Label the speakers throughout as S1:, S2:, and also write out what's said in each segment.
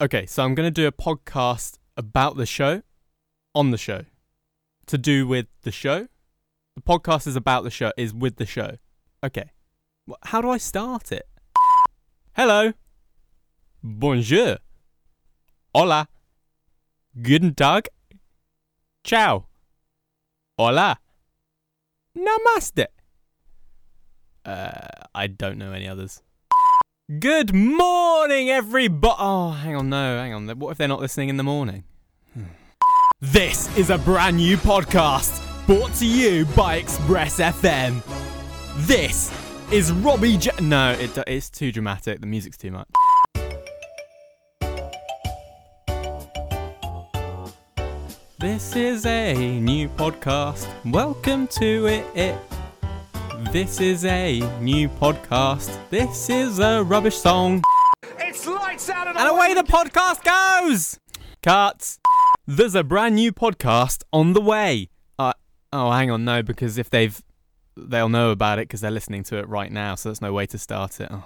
S1: Okay, so I'm going to do a podcast about the show on the show to do with the show. The podcast is about the show, is with the show. Okay. Wh- How do I start it? Hello. Bonjour. Hola. Guten Tag. Ciao. Hola. Namaste. Uh, I don't know any others. Good morning, everybody. Oh, hang on, no, hang on. What if they're not listening in the morning? Hmm. This is a brand new podcast brought to you by Express FM. This is Robbie. J- no, it, do- it's too dramatic. The music's too much. This is a new podcast. Welcome to it. it. This is a new podcast. This is a rubbish song.
S2: It's lights out
S1: And away the podcast goes! Cuts. There's a brand new podcast on the way. Uh, oh, hang on, no, because if they've. They'll know about it because they're listening to it right now, so there's no way to start it. Oh.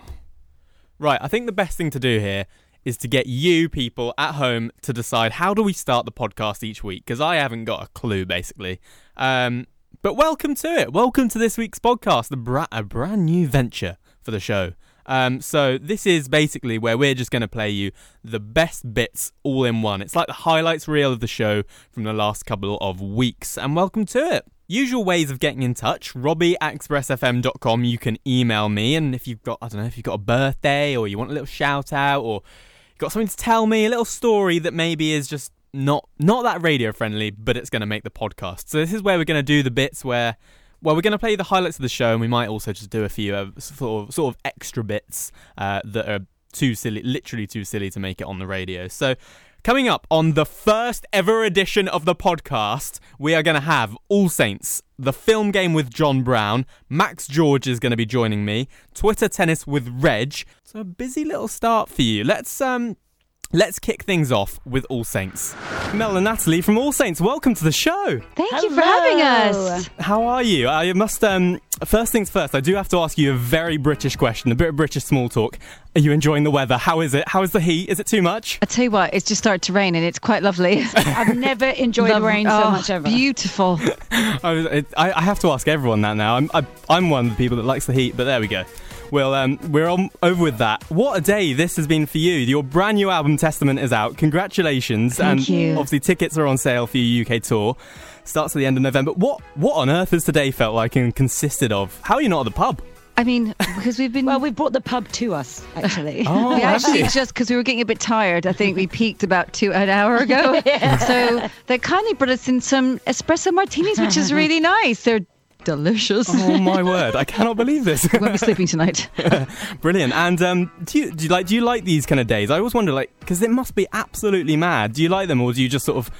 S1: Right, I think the best thing to do here is to get you people at home to decide how do we start the podcast each week because I haven't got a clue basically. Um, but welcome to it. Welcome to this week's podcast, the bra- a brand new venture for the show. Um, so this is basically where we're just going to play you the best bits all in one. It's like the highlights reel of the show from the last couple of weeks. And welcome to it. Usual ways of getting in touch, robbie at expressfm.com. You can email me. And if you've got, I don't know, if you've got a birthday or you want a little shout out or you've got something to tell me, a little story that maybe is just not not that radio friendly, but it's going to make the podcast. So this is where we're going to do the bits where, well, we're going to play the highlights of the show, and we might also just do a few uh, sort of sort of extra bits uh, that are too silly, literally too silly to make it on the radio. So. Coming up on the first ever edition of the podcast, we are going to have All Saints, the film game with John Brown, Max George is going to be joining me, Twitter tennis with Reg. So a busy little start for you. Let's um Let's kick things off with All Saints. Mel and Natalie from All Saints, welcome to the show.
S3: Thank you for having us.
S1: How are you? I must, um, first things first, I do have to ask you a very British question, a bit of British small talk. Are you enjoying the weather? How is it? How is the heat? Is it too much?
S3: I tell you what, it's just started to rain and it's quite lovely.
S4: I've never enjoyed the rain so
S3: Oh,
S4: much ever.
S3: Beautiful.
S1: I, was- it- I, I have to ask everyone that now. I'm, I, I'm one of the people that likes the heat, but there we go. Well, um, we're on, over with that. What a day this has been for you. Your brand new album, Testament, is out. Congratulations.
S3: Thank
S1: and
S3: you.
S1: obviously, tickets are on sale for your UK tour. Starts at the end of November. What what on earth has today felt like and consisted of? How are you not at the pub?
S3: I mean, because we've been.
S4: well, we brought the pub to us, actually.
S1: Oh,
S3: we
S1: have
S3: actually
S1: you?
S3: just because we were getting a bit tired. I think we peaked about two an hour ago. So they kindly brought us in some espresso martinis, which is really nice. They're delicious.
S1: Oh my word! I cannot believe this.
S3: Won't be sleeping tonight.
S1: Brilliant. And um, do you do you like do you like these kind of days? I always wonder, like, because it must be absolutely mad. Do you like them, or do you just sort of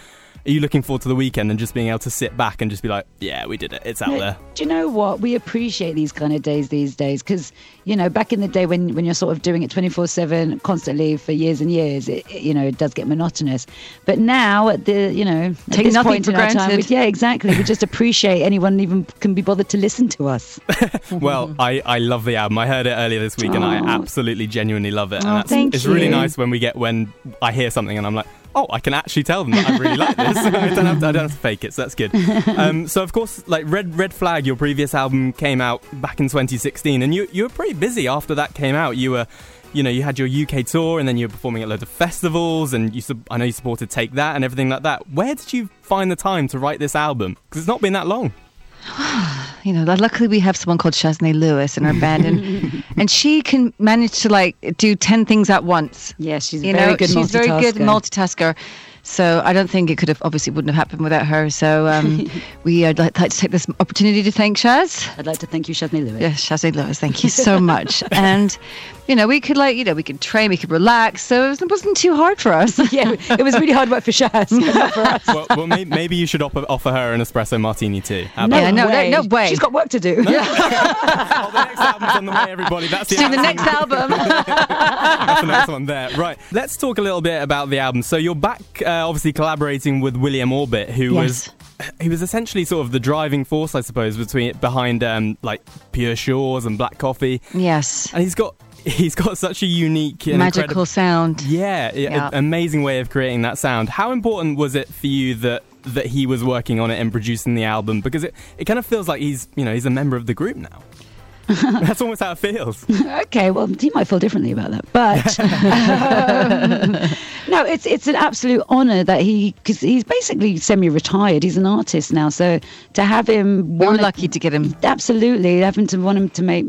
S1: are you looking forward to the weekend and just being able to sit back and just be like, yeah, we did it. It's out there.
S4: Do you know what? We appreciate these kind of days these days because, you know, back in the day when, when you're sort of doing it 24 7 constantly for years and years, it, it, you know, it does get monotonous. But now at the, you know, at
S3: Take
S4: this
S3: nothing
S4: point
S3: for
S4: in our time,
S3: granted.
S4: we- yeah, exactly. We just appreciate anyone even can be bothered to listen to us.
S1: Well, I, I love the album. I heard it earlier this week, and I
S4: Aw.
S1: absolutely genuinely love it. and
S4: Aw,
S1: that's,
S4: thank
S1: it's really
S4: you.
S1: nice when we get when I hear something and I'm like, oh, I can actually tell them that I really like this. I don't have to, I don't have to fake it, so that's good. Um, so of course, like Red Red Flag, your previous album came out back in 2016, and you you were pretty busy after that came out. You were you know, you had your UK tour and then you were performing at loads of festivals and you sub- I know you supported Take That and everything like that. Where did you find the time to write this album? Because it's not been that long.
S3: you know, luckily we have someone called Shaznay Lewis in our band, and and she can manage to like do ten things at once.
S4: Yeah, she's
S3: you
S4: very
S3: know,
S4: good
S3: she's very good
S4: multitasker.
S3: multitasker. So I don't think it could have obviously wouldn't have happened without her. So um, we would like, like to take this opportunity to thank Shaz.
S4: I'd like to thank you, Shadney Lewis.
S3: Yes, Shazzy Lewis, thank you so much. and you know, we could like you know we could train, we could relax. So it was- it wasn't too hard for us.
S4: Yeah, it was really hard work for Shaz, but not for us.
S1: well, well may- maybe you should offer, offer her an espresso martini too. How about-
S3: No Yeah, no, no, no way.
S4: She's got work to do.
S1: Oh, the next album's on the way, everybody. That's the,
S3: Do the
S1: announcement.
S3: next album.
S1: That's the next one there. Right. Let's talk a little bit about the album. So you're back, uh, obviously collaborating with William Orbit, who
S4: Yes.
S1: was he was essentially sort of the driving force, I suppose, between behind um, like Pure Shores and Black Coffee.
S3: yes.
S1: And he's got he's got such a unique and
S3: Magical
S1: incredible-
S3: sound.
S1: Yeah, yeah,
S3: Yeah.
S1: a- amazing way of creating that sound. How important was it for you that that he was working on it and producing the album? Because it, it kind of feels like he's you know he's a member of the group now. That's almost how it feels.
S4: Okay, well, he might feel differently about that, but um, no, it's it's an absolute honour that he because he's basically semi-retired. He's an artist now, so to have him,
S3: We were
S4: wanna-
S3: lucky to get him.
S4: Absolutely, having to want him to make,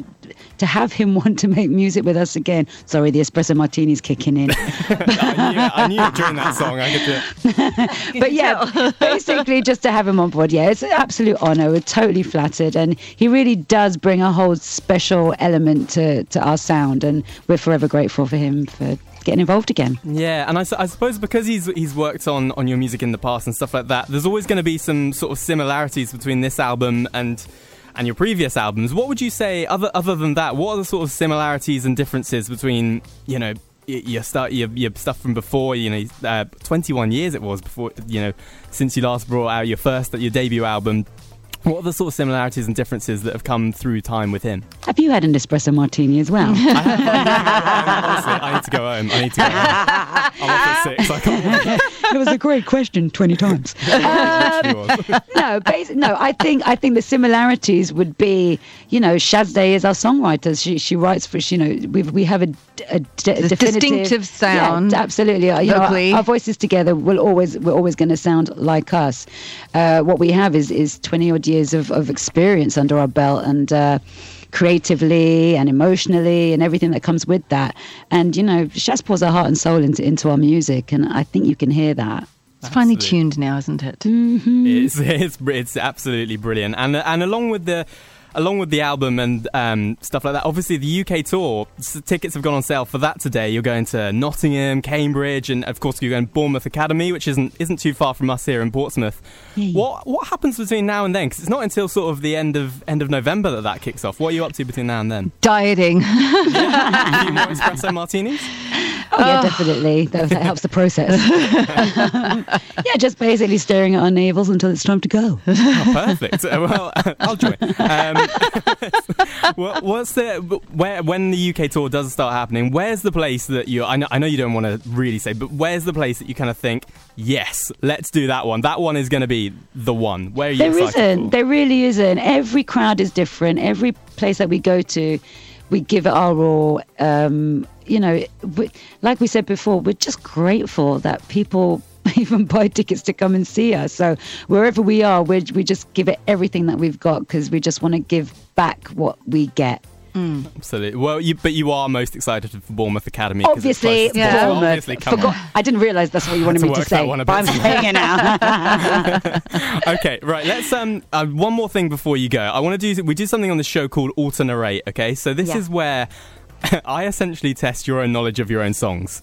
S4: to have him want to make music with us again. Sorry, the espresso martini's kicking in,
S1: I, knew it, I knew it during that song. I could do it.
S4: but yeah, basically just to have him on board. Yeah, it's an absolute honour. We're totally flattered, and he really does bring a whole special element to to our sound, and we're forever grateful for him for getting involved again.
S1: Yeah, and I, su- I suppose because he's he's worked on, on your music in the past and stuff like that, there's always going to be some sort of similarities between this album and and your previous albums. What would you say other other than that? What are the sort of similarities and differences between you know y- your start your, your stuff from before? You know, uh, 21 years it was before you know since you last brought out your first your debut album. What are the sort of similarities and differences that have come through time with him?
S4: Have you had an espresso martini as well?
S1: I have, honestly, I need to go home. I need to go home. I'm off at six. I can't wait.
S4: it was a great question 20 times. no, basi- no, I think I think the similarities would be, you know, Shazday is our songwriter. She she writes for, you know, we we have a, d- a d-
S3: The
S4: definitive-
S3: distinctive sound.
S4: Yeah, absolutely. Uh, you know,
S3: Locally.
S4: our, our voices together will always we're always going to sound like us. Uh, what we have is is 20 odd years of of experience under our belt and. Uh, creatively and emotionally and everything that comes with that and you know Shaz pours her heart and soul into into our music and I think you can hear that
S3: It's finely
S1: Absolutely.
S3: tuned now, isn't it?
S4: Mm.
S1: It's, it's br- it's absolutely brilliant, and and along with the along with the album and um, stuff like that. Obviously, the UK tour s- tickets have gone on sale for that today. You're going to Nottingham, Cambridge, and of course you're going to Bournemouth Academy, which isn't isn't too far from us here in Portsmouth. What what happens between now and then? Because it's not until sort of the end of end of November that that kicks off. What are you up to between now and then?
S3: Dieting.
S1: A few more espresso martinis.
S4: Oh, yeah, definitely. That, that helps the process. yeah, just basically staring at our navels until it's time to go.
S1: Oh, perfect. Uh, well, I'll join. Um, what, what's the where when the UK tour does start happening? Where's the place that you? I know, I know you don't want to really say, but where's the place that you kind of think, yes, let's do that one. That one is going to be the one. Where are you?
S4: There
S1: excited
S4: isn't.
S1: For?
S4: There really isn't. Every crowd is different. Every place that we go to, we give it our all. Um, you know, we, like we said before, we're just grateful that people even buy tickets to come and see us. So wherever we are, we we just give it everything that we've got because we just want to give back what we get.
S1: Absolutely. Well, you, but you are most excited for Bournemouth Academy. 'cause it's
S4: Obviously,
S1: close to Bournemouth.
S4: Bournemouth.
S1: Obviously, come
S4: Forgot.
S1: on.
S4: I didn't realise that's what you wanted
S1: To
S4: me to
S1: work that
S4: say.
S1: one a
S4: but I'm
S1: bit.
S4: saying it now.
S1: okay, right. Let's um uh, one more thing before you go. I want to do we do something on the show called alternate. Okay, so this
S4: Yeah.
S1: is where I essentially test your own knowledge of your own songs.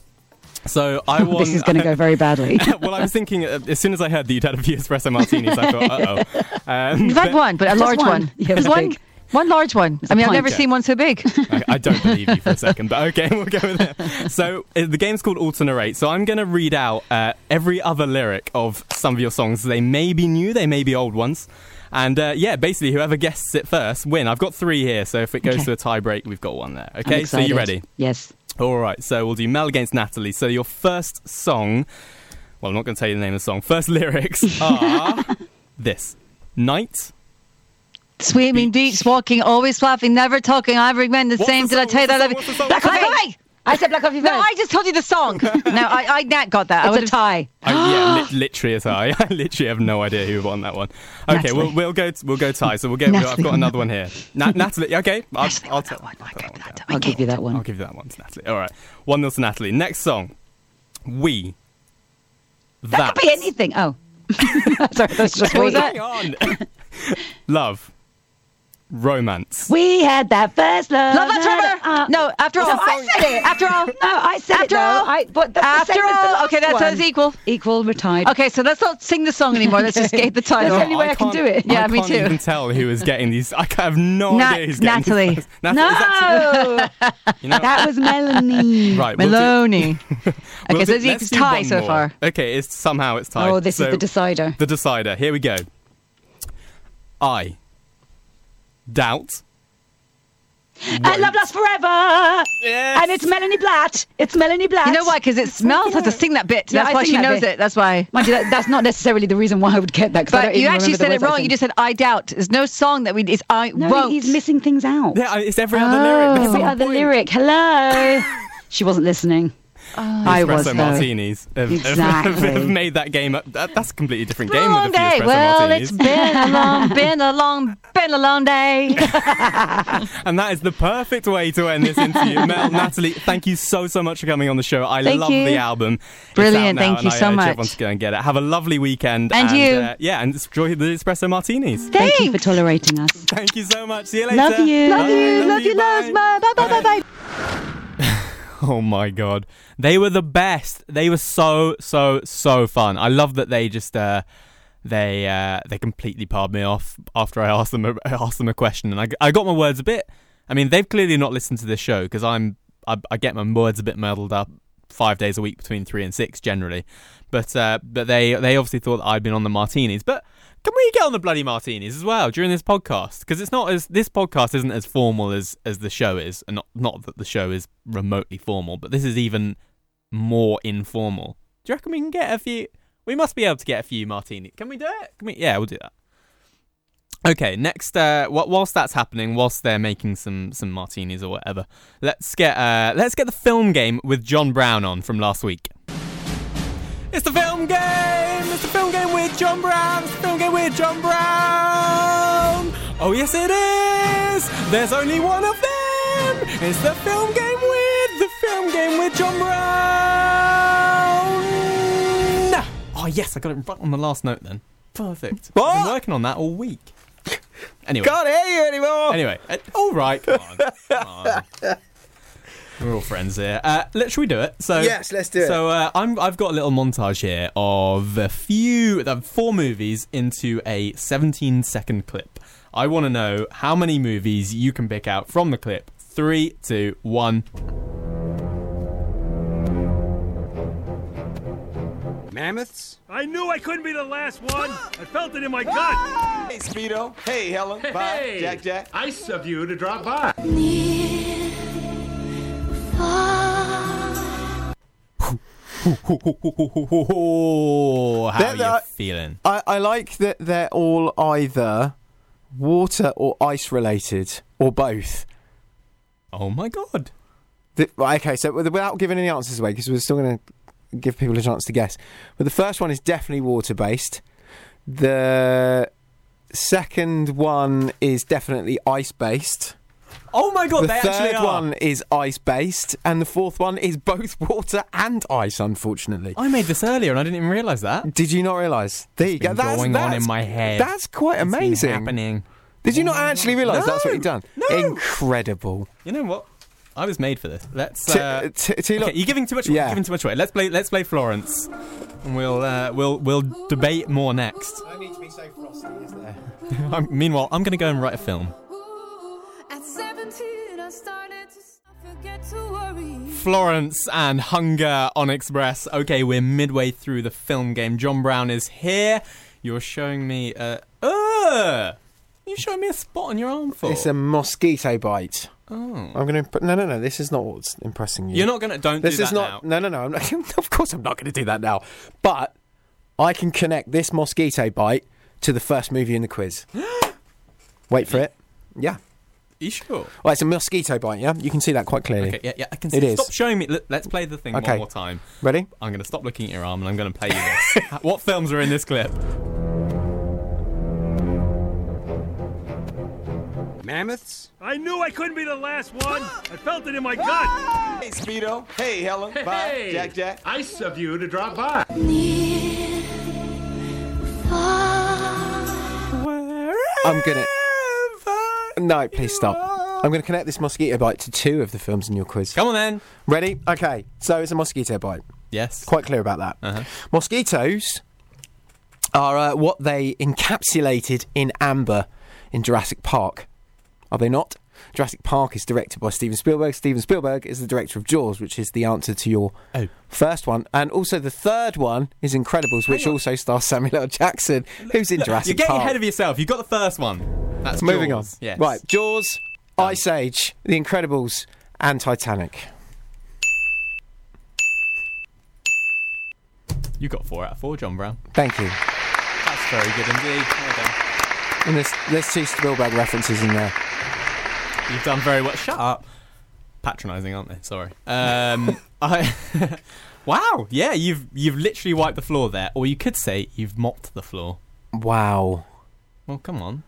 S1: So I want
S4: this is going to go very badly.
S1: well, I was thinking uh, as soon as I heard that you'd had a few espresso martinis, I thought, uh oh. Um,
S3: You've had one, but a
S4: Just
S3: large
S4: one.
S3: one.
S4: Yeah, it was
S3: There's one,
S4: big.
S3: one large one. I mean, I've
S4: pint.
S3: never
S1: Yeah.
S3: seen one so big.
S1: I, I don't believe you for a second, but okay, we'll go with it. So uh, the game's called Alternate. So I'm going to read out uh, every other lyric of some of your songs. They may be new, they may be old ones. And uh, yeah, basically, whoever guesses it first win. I've got three here, so if it goes
S4: Okay.
S1: to a tie break, we've got one there.
S4: I'm
S1: Okay, so you
S4: excited.
S1: ready?
S4: Yes.
S1: All right, so we'll do Mel against Natalie. So your first song, well, I'm not going to tell you the name of the song. First lyrics are this: Night.
S3: Swimming deeps, walking, always laughing, never talking. Every man the
S1: What's
S3: same.
S1: the
S3: Did I
S1: song?
S3: tell you that I love
S1: What's the
S3: you?
S1: song?
S3: Black
S1: What's the
S3: Coffee.
S1: song?
S4: I said black coffee
S3: No, I just told you the song. no, I, I not got that. I
S4: It's a
S3: would've-
S4: tie.
S1: I, yeah, li- literally a tie. I literally have no idea who won that one. Okay, we'll,
S4: Natalie.
S1: we'll go we'll go tie. So we'll get. We'll, I've
S4: Natalie
S1: got
S4: won
S1: another one here. Na- Natalie. Okay, I'll,
S3: Actually,
S1: I'll,
S3: that
S1: t-
S3: one,
S1: I'll
S3: I
S1: put that
S3: got
S1: one
S3: that.
S1: down.
S4: I'll give you that
S1: I'll
S4: one.
S1: give you that one to Natalie. All right, one nil to Natalie. Next song. We.
S4: That could be anything. Oh. Sorry, that's just
S1: Hang
S4: what
S1: on. Love. Romance.
S4: We had that first love.
S3: Love on Trevor.
S4: Uh, no,
S3: no, after all.
S4: no, I said it.
S3: After all.
S4: I said it.
S3: After
S4: though.
S3: all.
S4: I, but that's
S3: after
S4: the same as the
S3: all.
S4: last
S3: Okay, that
S4: one.
S3: sounds equal.
S4: Equal, retired.
S3: Okay, so let's not sing the song anymore. Let's just escape the
S4: That's
S3: title.
S4: the only way I can
S1: can't-
S4: do it.
S3: Yeah,
S1: Oh, I
S3: me
S1: can't
S3: too.
S1: even tell who is getting these. I have no
S3: Nat-
S1: idea who's getting
S3: Natalie.
S1: These songs. Natalie. is that-
S4: No,
S1: you know-
S4: that was Melanie.
S1: right. we'll do-
S3: Maloney.
S1: we'll
S3: okay, so
S1: do-
S3: it's
S1: let's
S3: it's
S1: do
S3: tie
S1: one
S3: so
S1: more.
S3: far.
S1: Okay, it's somehow it's tied.
S4: Oh, this
S1: So,
S4: is the decider.
S1: the decider. Here we go. I doubt
S4: At Love Lasts Forever.
S1: Yes.
S4: And it's Melanie Blatt. It's Melanie Blatt.
S3: You know why? Because it's Mel had to sing that bit.
S4: Yeah,
S3: That's
S4: I
S3: why
S4: sing
S3: she
S4: that
S3: knows
S4: bit.
S3: it. That's why.
S4: Mind you, that, that's not necessarily the reason why I would get that. 'cause I
S3: But
S4: don't
S3: you
S4: even
S3: actually
S4: remember the
S3: said it
S4: words I
S3: wrong. You
S4: sing.
S3: just said "I doubt." There's no song that we. It's "I
S4: No,
S3: won't."
S4: he's missing things out.
S1: Yeah, I- it's every other lyric. That's
S4: Every
S1: the
S4: other
S1: point.
S4: lyric. Hello. she wasn't listening.
S3: Oh.
S4: I was
S1: Espresso
S4: though.
S1: martinis. have- have-
S4: Exactly.
S1: have made that game up. That, that's a completely different game
S3: long
S1: with a few
S3: day.
S1: espresso
S3: Well,
S1: martinis.
S3: it's been a long, been a long, been a long day.
S1: And that is the perfect way to end this interview. Mel, Natalie, thank you so, so much for coming on the show. I
S3: Thank
S1: love
S3: you.
S1: the album. It's out
S3: Brilliant.
S1: now,
S3: Thank
S1: and
S3: you so
S1: I urge
S3: much.
S1: everyone to go and get it. Have a lovely weekend.
S3: And you.
S1: Uh, yeah, and enjoy the espresso martinis.
S3: Thanks.
S4: Thank you for tolerating us.
S1: Thank you so much. See you later.
S4: Love you.
S1: Bye.
S3: love you, love you,
S1: bye.
S3: loves. Bye, bye, bye, bye, bye.
S1: Oh my god, they were the best. They were so so so fun. I love that they just uh, they uh, they completely pardoned me off after I asked them a, I asked them a question, and I, I got my words a bit. I mean, they've clearly not listened to this show because I'm I, I get my words a bit muddled up five days a week between three and six generally, but uh, but they they obviously thought that I'd been on the martinis, but. Can we get on the bloody martinis as well during this podcast? Because it's not as this podcast isn't as formal as as the show is, and not not that the show is remotely formal, but this is even more informal. Do you reckon we can get a few? We must be able to get a few martinis. Can we do it? Can we? Yeah, we'll do that. Okay, next. Uh, wh- whilst that's happening, whilst they're making some some martinis or whatever, let's get uh, let's get the film game with John Brown on from last week. It's the film game! It's the film game with John Brown! It's the film game with John Brown! Oh, yes, it is! There's only one of them! It's the film game with the film game with John Brown! Oh, yes, I got it right on the last note then. Perfect. I've been
S5: What?
S1: working on that all week. Anyway.
S5: Can't hear you anymore.
S1: Anyway, uh, all right. Come on. Come on. We're all friends here. Uh, let should we do it? So
S5: Yes, let's do it.
S1: So uh, I'm I've got a little montage here of a few, uh, four movies into a 17 second clip. I want to know how many movies you can pick out from the clip. Three, two, one.
S5: Mammoths?
S2: I knew I couldn't be the last one. I felt it in my gut.
S5: Hey, Speedo. Hey, Helen. Bye. Jack Jack.
S2: Nice of you to drop by.
S1: Oh, how
S5: There-
S1: are
S5: there
S1: you
S5: are-
S1: feeling?
S5: I, I like that they're all either water or ice related or both.
S1: Oh my god.
S5: The, right, okay, so with- without giving any answers away, because we're still going to give people a chance to guess. But the first one is definitely water based. The second one is definitely ice based.
S1: Oh my god,
S5: The
S1: they actually
S5: third
S1: are.
S5: one is ice based, and the fourth one is both water and ice. Unfortunately,
S1: I made this earlier and I didn't even realize that.
S5: did you not realise? There you
S1: been
S5: go. That's,
S1: going on
S5: that's,
S1: in my head.
S5: That's quite
S1: It's been
S5: amazing.
S1: happening.
S5: Did you not actually realise that's what
S1: No,
S5: you've done?
S1: no.
S5: Incredible.
S1: You know what? I was made for this. Let's.
S5: T-
S1: Uh,
S5: t- t-
S1: okay,
S5: look-
S1: you're giving too much. Away.
S5: Yeah.
S1: You're giving too much away. Let's play. Let's play Florence, and we'll uh, we'll we'll debate more next.
S5: I need to be so frosty, is there?
S1: i meanwhile, I'm going to go and write a film.
S6: At 17, I started to forget to worry.
S1: Florence and Hunger on Express. Okay, we're midway through the film game. John Brown is here. You're showing me. Uh, uh, you're showing me a spot on your arm for.
S5: It's a mosquito bite.
S1: oh.
S5: I'm going to. Imp- no, no, no. This is not what's impressing you.
S1: You're not going to. Don't
S5: This
S1: do
S5: is
S1: that
S5: not.
S1: now.
S5: No, no, no. I'm not, of course, I'm not going to do that now. But I can connect this mosquito bite to the first movie in the quiz. Wait for it. Yeah.
S1: you sure?
S5: Well, it's a mosquito bite. Yeah, you can see that quite clearly.
S1: Okay, yeah, yeah. I can.
S5: It
S1: see.
S5: is.
S1: Stop showing me. Let- Let's play the thing
S5: Okay.
S1: one more time.
S5: Ready?
S1: I'm going to stop looking at your arm and I'm going to play you this. what films are in this clip?
S5: Mammoths.
S2: I knew I couldn't be the last one. I felt it in my gut.
S5: Hey, Speedo. Hey, Helen.
S2: Hey, Nice of you to drop by.
S1: Um,
S5: I'm gonna- No, please stop. I'm going to connect this mosquito bite to two of the films in your quiz.
S1: Come on then.
S5: Ready? Okay. So it's a mosquito bite.
S1: Yes.
S5: quite clear about that.
S1: Uh-huh.
S5: Mosquitoes are uh, what they encapsulated in amber in Jurassic Park. Are they not? Jurassic Park is directed by Steven Spielberg. Steven Spielberg is the director of Jaws, which is the answer to your
S1: Oh.
S5: first one. And also the third one is Incredibles, which also stars Samuel L. Jackson, who's in
S1: Look,
S5: Jurassic
S1: You're getting
S5: Park.
S1: ahead of yourself. You got the first one. That's
S5: Moving
S1: Jaws.
S5: on.
S1: Yes.
S5: Right, Jaws Ice Age, The Incredibles, and Titanic.
S1: You got four out of four, John Brown.
S5: Thank you.
S1: That's very good indeed. Well done.
S5: And there's, there's two Spielberg references in there.
S1: You've done very well. Shut up. Patronising, aren't they? Sorry. Um, I. wow. Yeah, you've you've literally wiped the floor there, or you could say you've mopped the floor.
S5: Wow.
S1: Well, come on.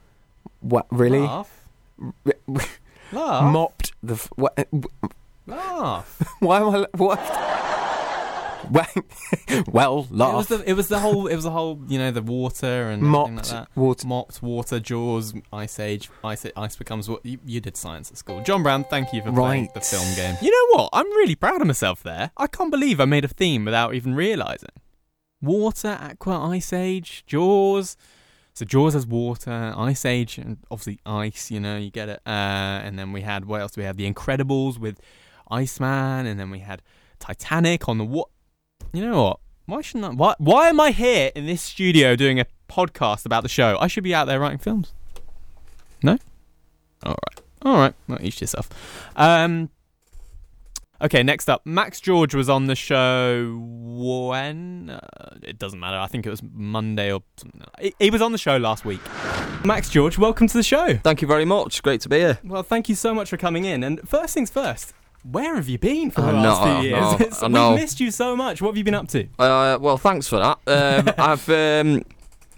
S5: What, really?
S1: Laugh. Laugh.
S5: Mopped the. F- what,
S1: laugh.
S5: why am I. What? Well-
S1: It
S5: well,
S1: was
S5: laugh.
S1: the it was the whole it was the whole you know the water and everything like
S5: Mopped
S1: that.
S5: water.
S1: Mopped water, jaws, ice age, ice ice becomes what you, you did science at school. John Brown, thank you for playing
S5: Right.
S1: the film game. You know what? I'm really proud of myself there. I can't believe I made a theme without even realizing. Water, aqua, ice age, jaws. So jaws has water, ice age, and obviously ice. You know, you get it. Uh, and then we had what else? Do we have The Incredibles with Iceman, and then we had Titanic on the what? You know what? Why shouldn't I? Why, why am I here in this studio doing a podcast about the show? I should be out there writing films. No? All right. All right. Well, each to yourself. Um, okay, next up. Max George was on the show when? Uh, it doesn't matter. I think it was Monday or something. He, he was on the show last week. Max George, welcome to the show.
S7: Thank you very much. Great to be here.
S1: Well, thank you so much for coming in. And first things first. Where have you been for the
S7: I
S1: last
S7: know,
S1: few
S7: I know,
S1: years? It's-
S7: I know.
S1: We've missed you so much. What have you been up to?
S7: Uh, well, thanks for that. Um, I've um,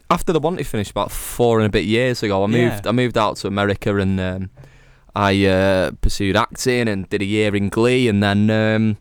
S7: after the Wanted finished about four and a bit years ago. I
S1: Yeah.
S7: moved. I moved out to America and um, I uh, pursued acting and did a year in Glee, and then um,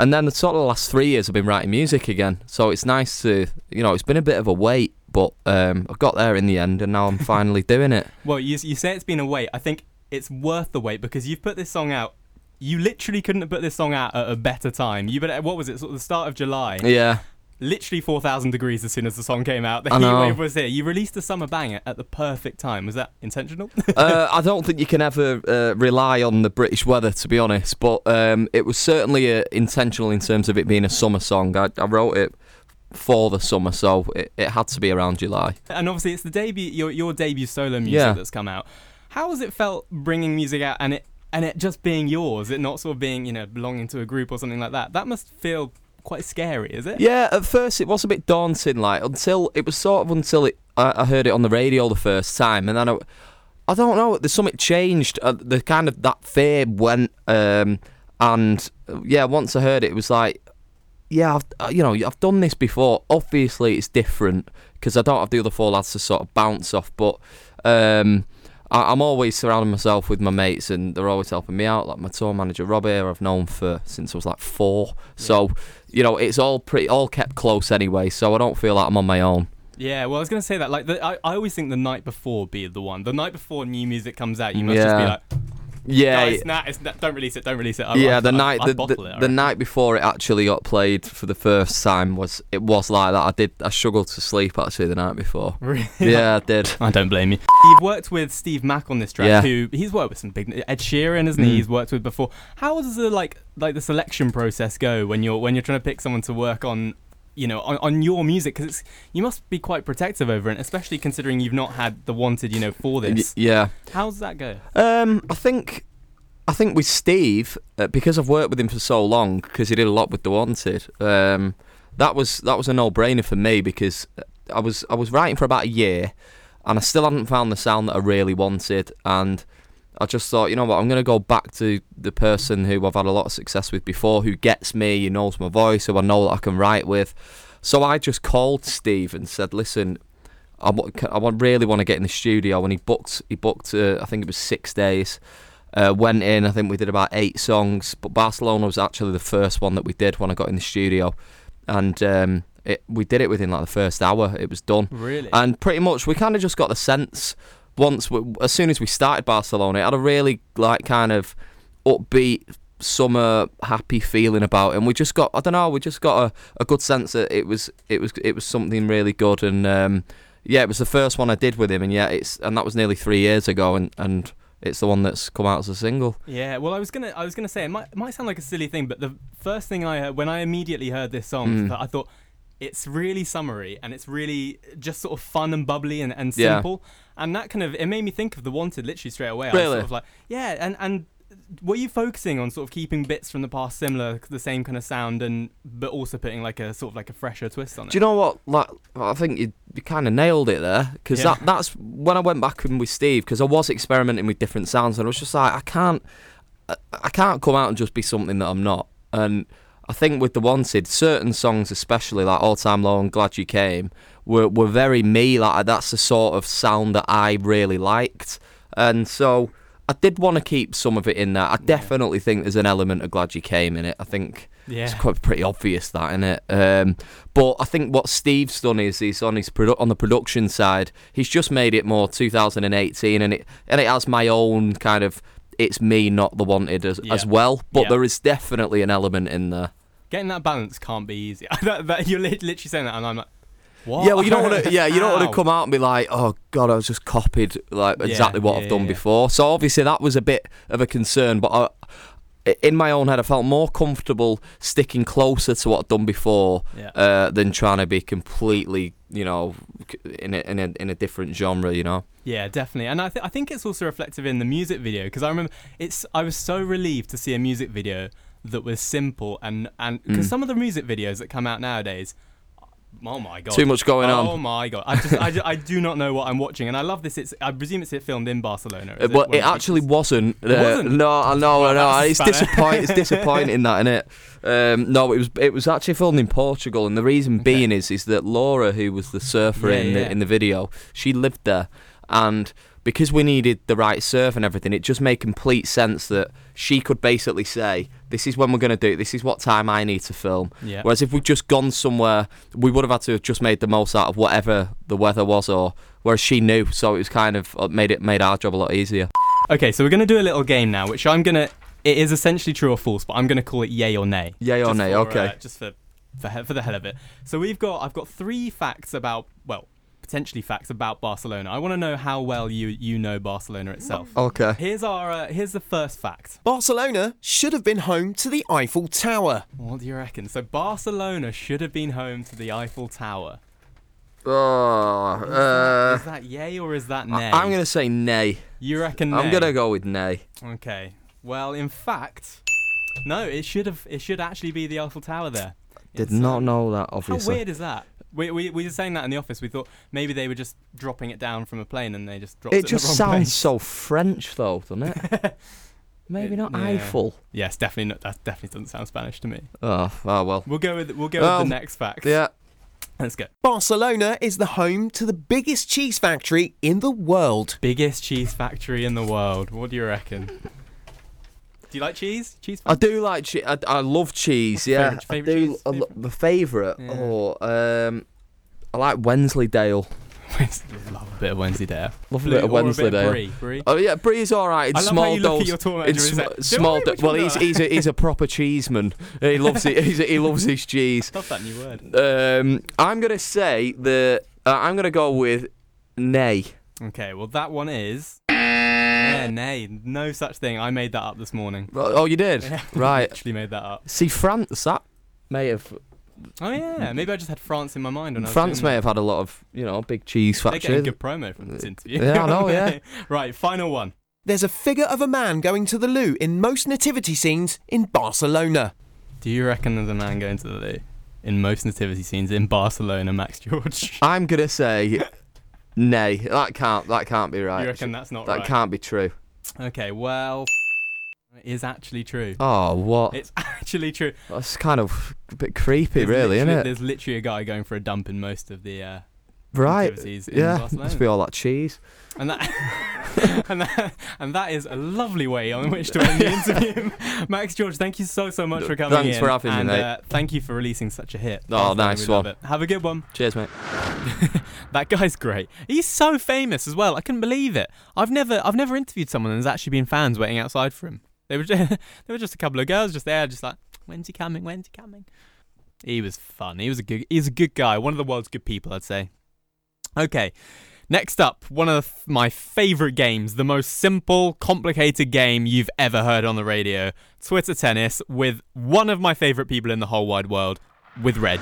S7: and then the sort of the last three years I've been writing music again. So it's nice to you know it's been a bit of a wait, but um, I got there in the end, and now I'm finally doing it.
S1: Well, you, you say it's been a wait. I think it's worth the wait because you've put this song out. You literally couldn't have put this song out at a better time. You but what was it? Sort of the start of July.
S7: Yeah.
S1: Literally four thousand degrees as soon as the song came out. The
S7: I
S1: heat
S7: know.
S1: wave was here. You released a summer banger at the perfect time. Was that intentional?
S7: uh, I don't think you can ever uh, rely on the British weather, to be honest. But um, it was certainly uh, intentional in terms of it being a summer song. I, I wrote it for the summer, so it, it had to be around July.
S1: and obviously, it's the debut your your debut solo music
S7: Yeah.
S1: that's come out. How has it felt bringing music out and it and it just being yours? It not sort of being you know belonging to a group or something like that. That must feel quite scary, is it?
S7: Yeah, at first it was a bit daunting, like until it was sort of until it I, I heard it on the radio the first time, and then I, I don't know, the summit changed. Uh, the kind of that fear went, um, and uh, yeah, once I heard it, it was like, yeah, I've, uh, you know, I've done this before. Obviously, it's different because I don't have the other four lads to sort of bounce off, but. Um, I- I'm always surrounding myself with my mates, and they're always helping me out. Like my tour manager Rob here, I've known for since I was like four. So you know, it's all pretty, all kept close anyway. So I don't feel like I'm on my own.
S1: Yeah, well, I was going to say that. Like, the, I, I always think the night before be the one. The night before new music comes out, you must just be
S7: Yeah.
S1: like, no,
S7: Yeah,
S1: it's not, it's not, don't release it, don't release it. I,
S7: yeah.
S1: I-
S7: the
S1: I-
S7: night,
S1: I
S7: the, the,
S1: bottle it, I
S7: the
S1: reckon.
S7: night before it actually got played for the first time was it was like that. I did, I struggled to sleep actually the night before.
S1: Really?
S7: yeah, I did.
S1: I don't blame you. You've worked with Steve Mack on this track,
S7: Yeah.
S1: who he's worked with some big Ed Sheeran, isn't he? He's worked with before. How does the like like the selection process go when you're when you're trying to pick someone to work on, you know, on, on your music? Because it's you must be quite protective over it, especially considering you've not had the wanted, you know, for
S7: Y-
S1: this.
S7: Yeah.
S1: How does that go?
S7: Um, I think, I think with Steve, uh, because I've worked with him for so long, because he did a lot with The Wanted. Um, that was that was a no-brainer for me because uh, I was I was writing for about a year, and I still hadn't found the sound that I really wanted, and I just thought, you know what, I'm gonna go back to the person who I've had a lot of success with before, who gets me, who knows my voice, who I know that I can write with. So I just called Steve and said, listen, I, wa- c- I wa- really want to get in the studio. And he booked, he booked. Uh, I think it was six days. Uh, went in. I think we did about eight songs. But Barcelona was actually the first one that we did when I got in the studio, and um, it, we did it within like the first hour. It was done.
S1: Really?
S7: And pretty much, we kind of just got the sense once, we, as soon as we started Barcelona, it had a really like kind of upbeat summer happy feeling about it and we just got i don't know we just got a, a good sense that it was it was it was something really good and um yeah it was the first one i did with him and yeah it's and that was nearly three years ago and and it's the one that's come out as a single
S1: Yeah, well, I was gonna, I was
S7: Mm.
S1: gonna say it might, it might sound like a silly thing, but the first thing I heard, when I immediately heard this song, I thought it's really summery and it's really just sort of fun and bubbly and, and
S7: Yeah.
S1: simple. And that kind of it made me think of The Wanted literally straight away. I was
S7: Really?
S1: sort of like, yeah, and and were you focusing on sort of keeping bits from the past similar, the same kind of sound, and but also putting like a sort of like a fresher twist on it?
S7: Do you know what? Like, I think you, you kind of nailed it there because
S1: Yeah.
S7: that that's when I went back in with Steve because I was experimenting with different sounds and I was just like, I can't, I, I can't come out and just be something that I'm not. And I think with the Wanted, certain songs, especially like All Time Low and Glad You Came, were were very me. Like that's the sort of sound that I really liked, and so. I did want to keep some of it in there. I definitely think there's an element of Glad You Came in it. I think
S1: yeah,
S7: it's quite pretty obvious that, isn't it? Um, but I think what Steve's done is he's on his produ- on the production side. He's just made it more 2018, and it and it has my own kind of it's me, not the wanted as,
S1: Yeah.
S7: as well. But
S1: Yeah.
S7: there is definitely an element in there.
S1: getting that balance can't be easy. that, that, you're lit- literally saying that, and I'm like, what?
S7: Yeah, well, you don't want to. Yeah, you don't want
S1: Ow.
S7: to come out and be like, "Oh God, I was just copied like
S1: Yeah,
S7: exactly what
S1: yeah,
S7: I've done
S1: yeah.
S7: before." So obviously that was a bit of a concern, but I, in my own head, I felt more comfortable sticking closer to what I'd done before
S1: Yeah.
S7: uh, than trying to be completely, you know, c- in a, in a in a different genre. You know,
S1: Yeah, definitely. And I, th- I think it's also reflective in the music video because I remember it's I was so relieved to see a music video that was simple and and
S7: Mm.
S1: because some of the music videos that come out nowadays oh my god.
S7: Too much going
S1: Oh
S7: on.
S1: my god. I just I, ju- I do not know what I'm watching and I love this it's I presume it's filmed in Barcelona. is
S7: Uh, well,
S1: one of
S7: it
S1: the
S7: actually
S1: features?
S7: wasn't. Uh,
S1: Wasn't?
S7: No, I know, I know.
S1: that's
S7: It's
S1: a spanner.
S7: disappointing. it's disappointing that, innit? Um, no, it was it was actually filmed in Portugal, and the reason being is is that Laura, who was the surfer
S1: Yeah,
S7: in
S1: yeah.
S7: the in the video, she lived there, and because we needed the right surf and everything, it just made complete sense that she could basically say, "This is when we're going to do. it. This is what time I need to film."
S1: Yeah.
S7: Whereas if we'd just gone somewhere, we would have had to have just made the most out of whatever the weather was, or whereas she knew, so it was kind of uh, made it made our job a lot easier.
S1: Okay, so we're going to do a little game now which I'm going to it is essentially true or false, but I'm going to call it yay or nay.
S7: Yay or
S1: Just
S7: nay?
S1: for,
S7: Oh, Okay.
S1: uh, just for for, he- for the hell of it. So we've got I've got three facts about well potentially facts about Barcelona. I want to know how well you you know Barcelona itself.
S7: Okay.
S1: Here's our uh, here's the first fact.
S5: Barcelona should have been home to the Eiffel Tower.
S1: What do you reckon? So Barcelona should have been home to the Eiffel Tower.
S7: Oh, uh,
S1: is that yay or is that nay?
S7: I- I'm gonna say nay.
S1: You reckon?
S7: I'm
S1: nay?
S7: gonna go with nay.
S1: Okay. Well, in fact, no. It should have. It should actually be the Eiffel Tower there.
S7: Did
S1: It's, uh,
S7: not know that,
S1: How
S7: obviously.
S1: weird is that? We, we, we were saying that in the office. We thought maybe they were just dropping it down from a plane and they just dropped it.
S7: It just
S1: in the wrong
S7: sounds
S1: place.
S7: so French, though, doesn't it? Maybe
S1: It-
S7: not
S1: yeah.
S7: Eiffel.
S1: Yes, definitely not. That definitely doesn't sound Spanish to me.
S7: Oh, oh well.
S1: We'll go with we'll go
S7: Well,
S1: with the next fact.
S7: Yeah.
S1: Let's go.
S5: Barcelona is the home to the biggest cheese factory in the world.
S1: Biggest cheese factory in the world. What do you reckon? do you like cheese? Cheese?
S7: I
S1: Factory?
S7: do like cheese. I, I love cheese.
S1: What's your
S7: Yeah,
S1: favourite-
S7: I
S1: favourite
S7: do.
S1: cheese?
S7: I lo- the favorite.
S1: Yeah.
S7: Oh, um, I like Wensleydale.
S1: love a bit of Wednesday
S7: Love a bit of Wednesleydale.
S1: Brie, Brie.
S7: Oh yeah, Bree's all right. In
S1: I love
S7: small
S1: how you look at
S7: dose.
S1: your tour
S7: in
S1: manager and
S7: sm-
S1: say, "Don't
S7: small.
S1: worry,
S7: do-
S1: which
S7: well,
S1: one
S7: he's
S1: are-"
S7: he's a, he's a proper cheeseman. He loves it. He's, he loves his cheese.
S1: Love that new word.
S7: Um, I'm gonna say the. Uh, I'm gonna go with nay.
S1: Okay, well that one is. Yeah, nay, no such thing. I made that up this morning.
S7: Oh, you did. Right.
S1: Actually made that up.
S7: See, France. That may have
S1: Oh yeah, maybe I just had France in my mind. When
S7: Mm-hmm. France
S1: I was
S7: may
S1: doing
S7: have had a lot of you know big cheese
S1: that. They're getting
S7: factories.
S1: good promo from this interview.
S7: Yeah, I know, oh, yeah.
S1: right, final one.
S5: There's a figure of a man going to the loo in most nativity scenes in Barcelona.
S1: Do you reckon there's a man going to the loo in most nativity scenes in Barcelona, Max George?
S7: I'm gonna say nay. That can't. That can't be right.
S1: you reckon that's not
S7: that
S1: right?
S7: can't be true.
S1: Okay, well, it is actually true.
S7: Oh, what?
S1: It's actually true.
S7: That's kind of a bit creepy,
S1: There's
S7: really, isn't
S1: literally-
S7: it?
S1: There's literally a guy going for a dump in most of the uh,
S7: Right.
S1: activities in
S7: Yeah.
S1: Barcelona.
S7: Must be all that cheese.
S1: And that, and that and that is a lovely way on which to end the interview. Max George, thank you so so much for coming
S7: Thanks
S1: in.
S7: for having me,
S1: and,
S7: mate.
S1: Uh, thank you for releasing such a hit.
S7: Oh,
S1: Definitely,
S7: nice
S1: we love
S7: one.
S1: it. Have a good one.
S7: Cheers, mate.
S1: That guy's great. He's so famous as well. I couldn't believe it. I've never I've never interviewed someone and there's actually been fans waiting outside for him. They were just, they were just a couple of girls just there, just like when's he coming? When's he coming? He was fun. He was a good he's a good guy. One of the world's good people, I'd say. Okay. Next up, one of th- my favorite games, the most simple, complicated game you've ever heard on the radio, Twitter tennis with one of my favorite people in the whole wide world, with Reg.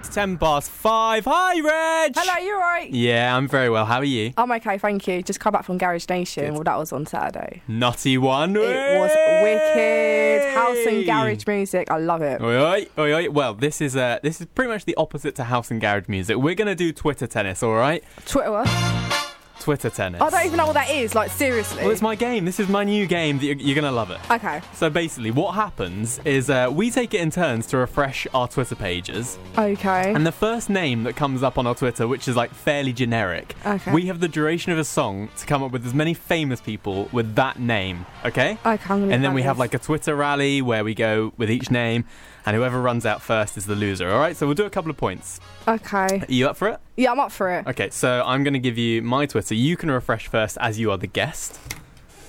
S1: It's 10 past 5. Hi, Reg!
S8: Hello, you're right.
S1: Yeah, I'm very well. How are you?
S8: I'm okay, thank you. Just come back from Garage Nation.
S1: Good.
S8: Well, that was on Saturday.
S1: Nutty one.
S8: It was wicked. House and garage music. I love it.
S1: Oi, oi, oi, oi. Well, this is uh, this is pretty much the opposite to house and garage music. We're gonna do Twitter tennis, all right?
S8: Twitter. I
S1: Twitter tennis.
S8: don't even know what that is. Like, seriously.
S1: Well, it's my game. This is my new game. That you're, you're gonna love it.
S8: okay.
S1: So basically, what happens is uh, we take it in turns to refresh our Twitter pages,
S8: Okay.
S1: and the first name that comes up on our Twitter, which is like fairly generic,
S8: Okay.
S1: we have the duration of a song to come up with as many famous people with that name. Okay.
S8: okay, I'm gonna
S1: And then we
S8: find
S1: have
S8: this.
S1: like a Twitter rally where we go with each name, and whoever runs out first is the loser. All right, so we'll do a couple of points.
S8: Okay.
S1: Are you up for it?
S8: Yeah, I'm up for it.
S1: Okay, so I'm going to give you my Twitter. You can refresh first as you are the guest.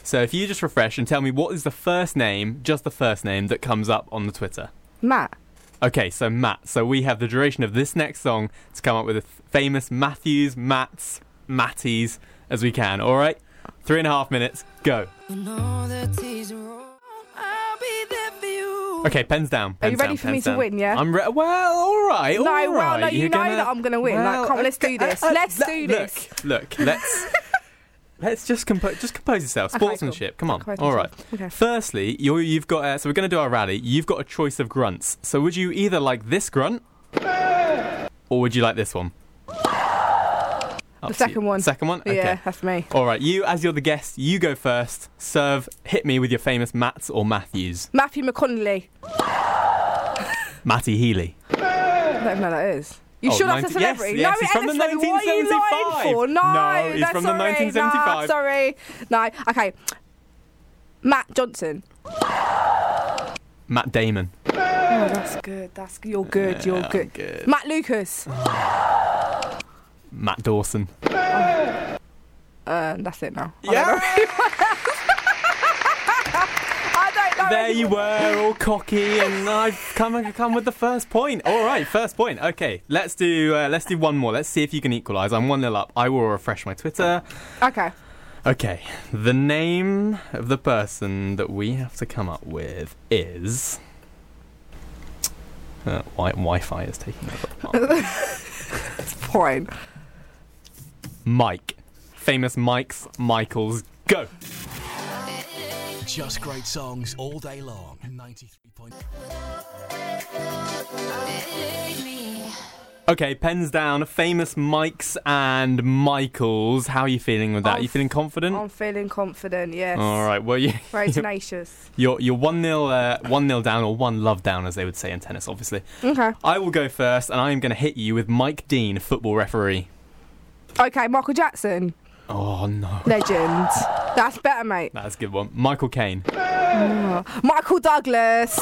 S1: So if you just refresh and tell me what is the first name, just the first name that comes up on the Twitter.
S8: Matt.
S1: Okay, so Matt. So we have the duration of this next song to come up with as famous Matthews, Matts, Matties as we can. All right, three and a half minutes. Go. Okay, pens down.
S8: Are you
S1: pens
S8: ready
S1: down,
S8: for me
S1: pens
S8: to
S1: down.
S8: win, yeah?
S1: I'm re- well. All right.
S8: No,
S1: all right.
S8: well, no, you
S1: You're
S8: know
S1: gonna-
S8: that I'm gonna win. Like, come on, let's do this. Let's
S1: let-
S8: do
S1: uh, look,
S8: this.
S1: Look, let's let's just compose. Just compose yourself.
S8: Okay, cool.
S1: Sportsmanship. Come on.
S8: Compose
S1: All right.
S8: myself. Okay.
S1: Firstly, you you've got. Uh, so we're going to do our rally. You've got a choice of grunts. So would you either like this grunt, or would you like this one? Up to you.
S8: second one.
S1: Second one. Okay.
S8: Yeah, that's me.
S1: All right. You, as you're the guest, you go first. Serve. Hit me with your famous Matts or Matthews.
S8: Matthew McConaughey.
S1: Matty Healy.
S8: I don't even know who that is. You
S1: Oh,
S8: sure that's a
S1: 19 yes,
S8: celebrity?
S1: yes,
S8: no,
S1: he's
S8: it
S1: from
S8: ain't
S1: the
S8: a celebrity. What are you
S1: 1975.
S8: lying for? No,
S1: No, he's
S8: no,
S1: from the
S8: sorry.
S1: 1975.
S8: Nah, sorry. No, okay. Matt Johnson.
S1: Matt Damon.
S8: Oh, that's good. That's you're good. You're good.
S1: good.
S8: Matt Lucas.
S1: Matt Dawson.
S8: Uh, that's it now.
S1: Yeah.
S8: I don't know.
S1: There
S8: anyone.
S1: you were, all cocky, and I've come come with the first point. All right, first point. Okay, let's do uh, let's do one more. Let's see if you can equalise. I'm one nil up. I will refresh my Twitter.
S8: Okay.
S1: Okay, the name of the person that we have to come up with is. Uh, wi- Wi-Fi is taking over.
S8: Fine.
S1: Mike, famous Mike's Michaels. Go.
S9: Just great songs all day long. 93.9.
S1: Okay, pens down. Famous Mike's and Michaels. How are you feeling with that?
S8: I'm
S1: you feeling confident?
S8: I'm feeling confident. oh, Yes.
S1: All right. Well, you
S8: Very tenacious.
S1: You're you're one 0 uh, one 0 down or one love down, as they would say in tennis. Obviously,
S8: Okay.
S1: I will go first, and I am going to hit you with Mike Dean, football referee.
S8: Okay. Michael Jackson.
S1: Oh no,
S8: Legend. That's better, mate.
S1: that's a good one. Michael Caine,
S8: Michael Douglas.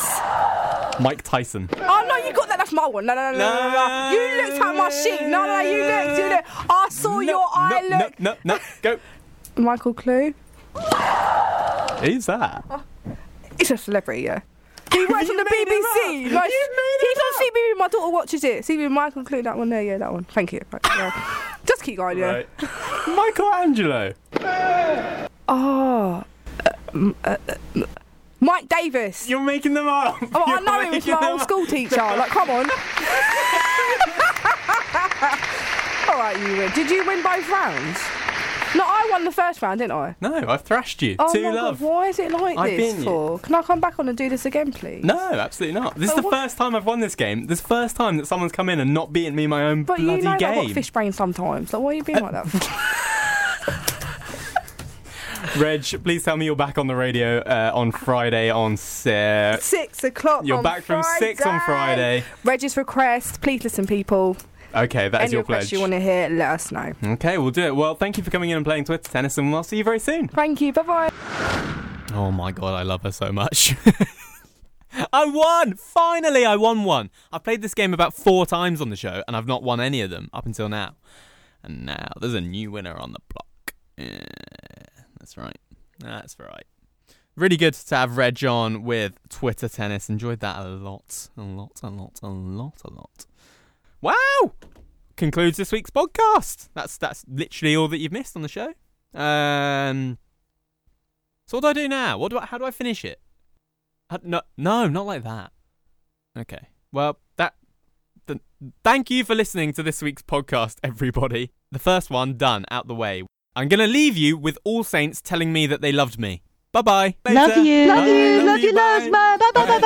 S1: Mike Tyson.
S8: Oh no, you got that. That's my one. No, no, no, no, no. no. You looked at my sheet. No, no, no, you looked. You looked. I saw
S1: no,
S8: your eye
S1: no,
S8: look.
S1: No, no, no. Go.
S8: Michael Clue.
S1: Who's that?
S8: It's a celebrity, yeah. He works on the BBC. Like, he's on CBB. My daughter watches it. CBB. Michael Clue. That one there. Yeah, that one. Thank you. Right, yeah. Just keep going, yeah.
S1: Right. Michelangelo.
S8: Oh. uh, m- uh, uh, m- Mike Davis.
S1: You're making them up.
S8: Oh, I
S1: You're
S8: know it was
S1: making
S8: my
S1: them
S8: old
S1: up.
S8: school teacher. Like, come on. All right, you win. Did you win both rounds? No, I won the first round, didn't I?
S1: No, I've thrashed you.
S8: Oh
S1: Two
S8: my
S1: love.
S8: god, why is it like
S1: I've
S8: this
S1: been you.
S8: for? Can I come back on and do this again, please?
S1: No, absolutely not. This is
S8: But
S1: the
S8: what-
S1: first time I've won this game. This is the first time that someone's come in and not beaten me in my own
S8: But
S1: bloody
S8: you know that I've
S1: game.
S8: got fish brain sometimes. Like, why are you being like that? for?
S1: Reg, please tell me you're back on the radio uh, on Friday on uh,
S8: six o'clock.
S1: You're
S8: on
S1: back from six on Friday.
S8: Reggie's request. Please listen, people.
S1: Okay, that is
S8: Any
S1: your
S8: requests
S1: pledge.
S8: you want to hear, let us know.
S1: Okay, we'll do it. Well, thank you for coming in and playing Twitter tennis, and we'll see you very soon.
S8: Thank you. Bye bye.
S1: Oh my god, I love her so much. I won! Finally, I won one. I've played this game about four times on the show, and I've not won any of them up until now. And now there's a new winner on the block. Yeah, that's right. That's right. Really good to have Reg on with Twitter tennis. Enjoyed that a lot. A lot, a lot, a lot, a lot. Wow! Concludes this week's podcast. That's that's literally all that you've missed on the show. Um So what do I do now? What do I how do I finish it? Uh, no no, not like that. Okay. Well that th- thank you for listening to this week's podcast, everybody. The first one done, out the way. I'm going to leave you with All Saints telling me that they loved me. Bye-bye.
S4: Love
S1: Later.
S4: you.
S1: Bye.
S4: Love you.
S1: Love you. Bye.
S4: Bye. Bye. Bye. Bye.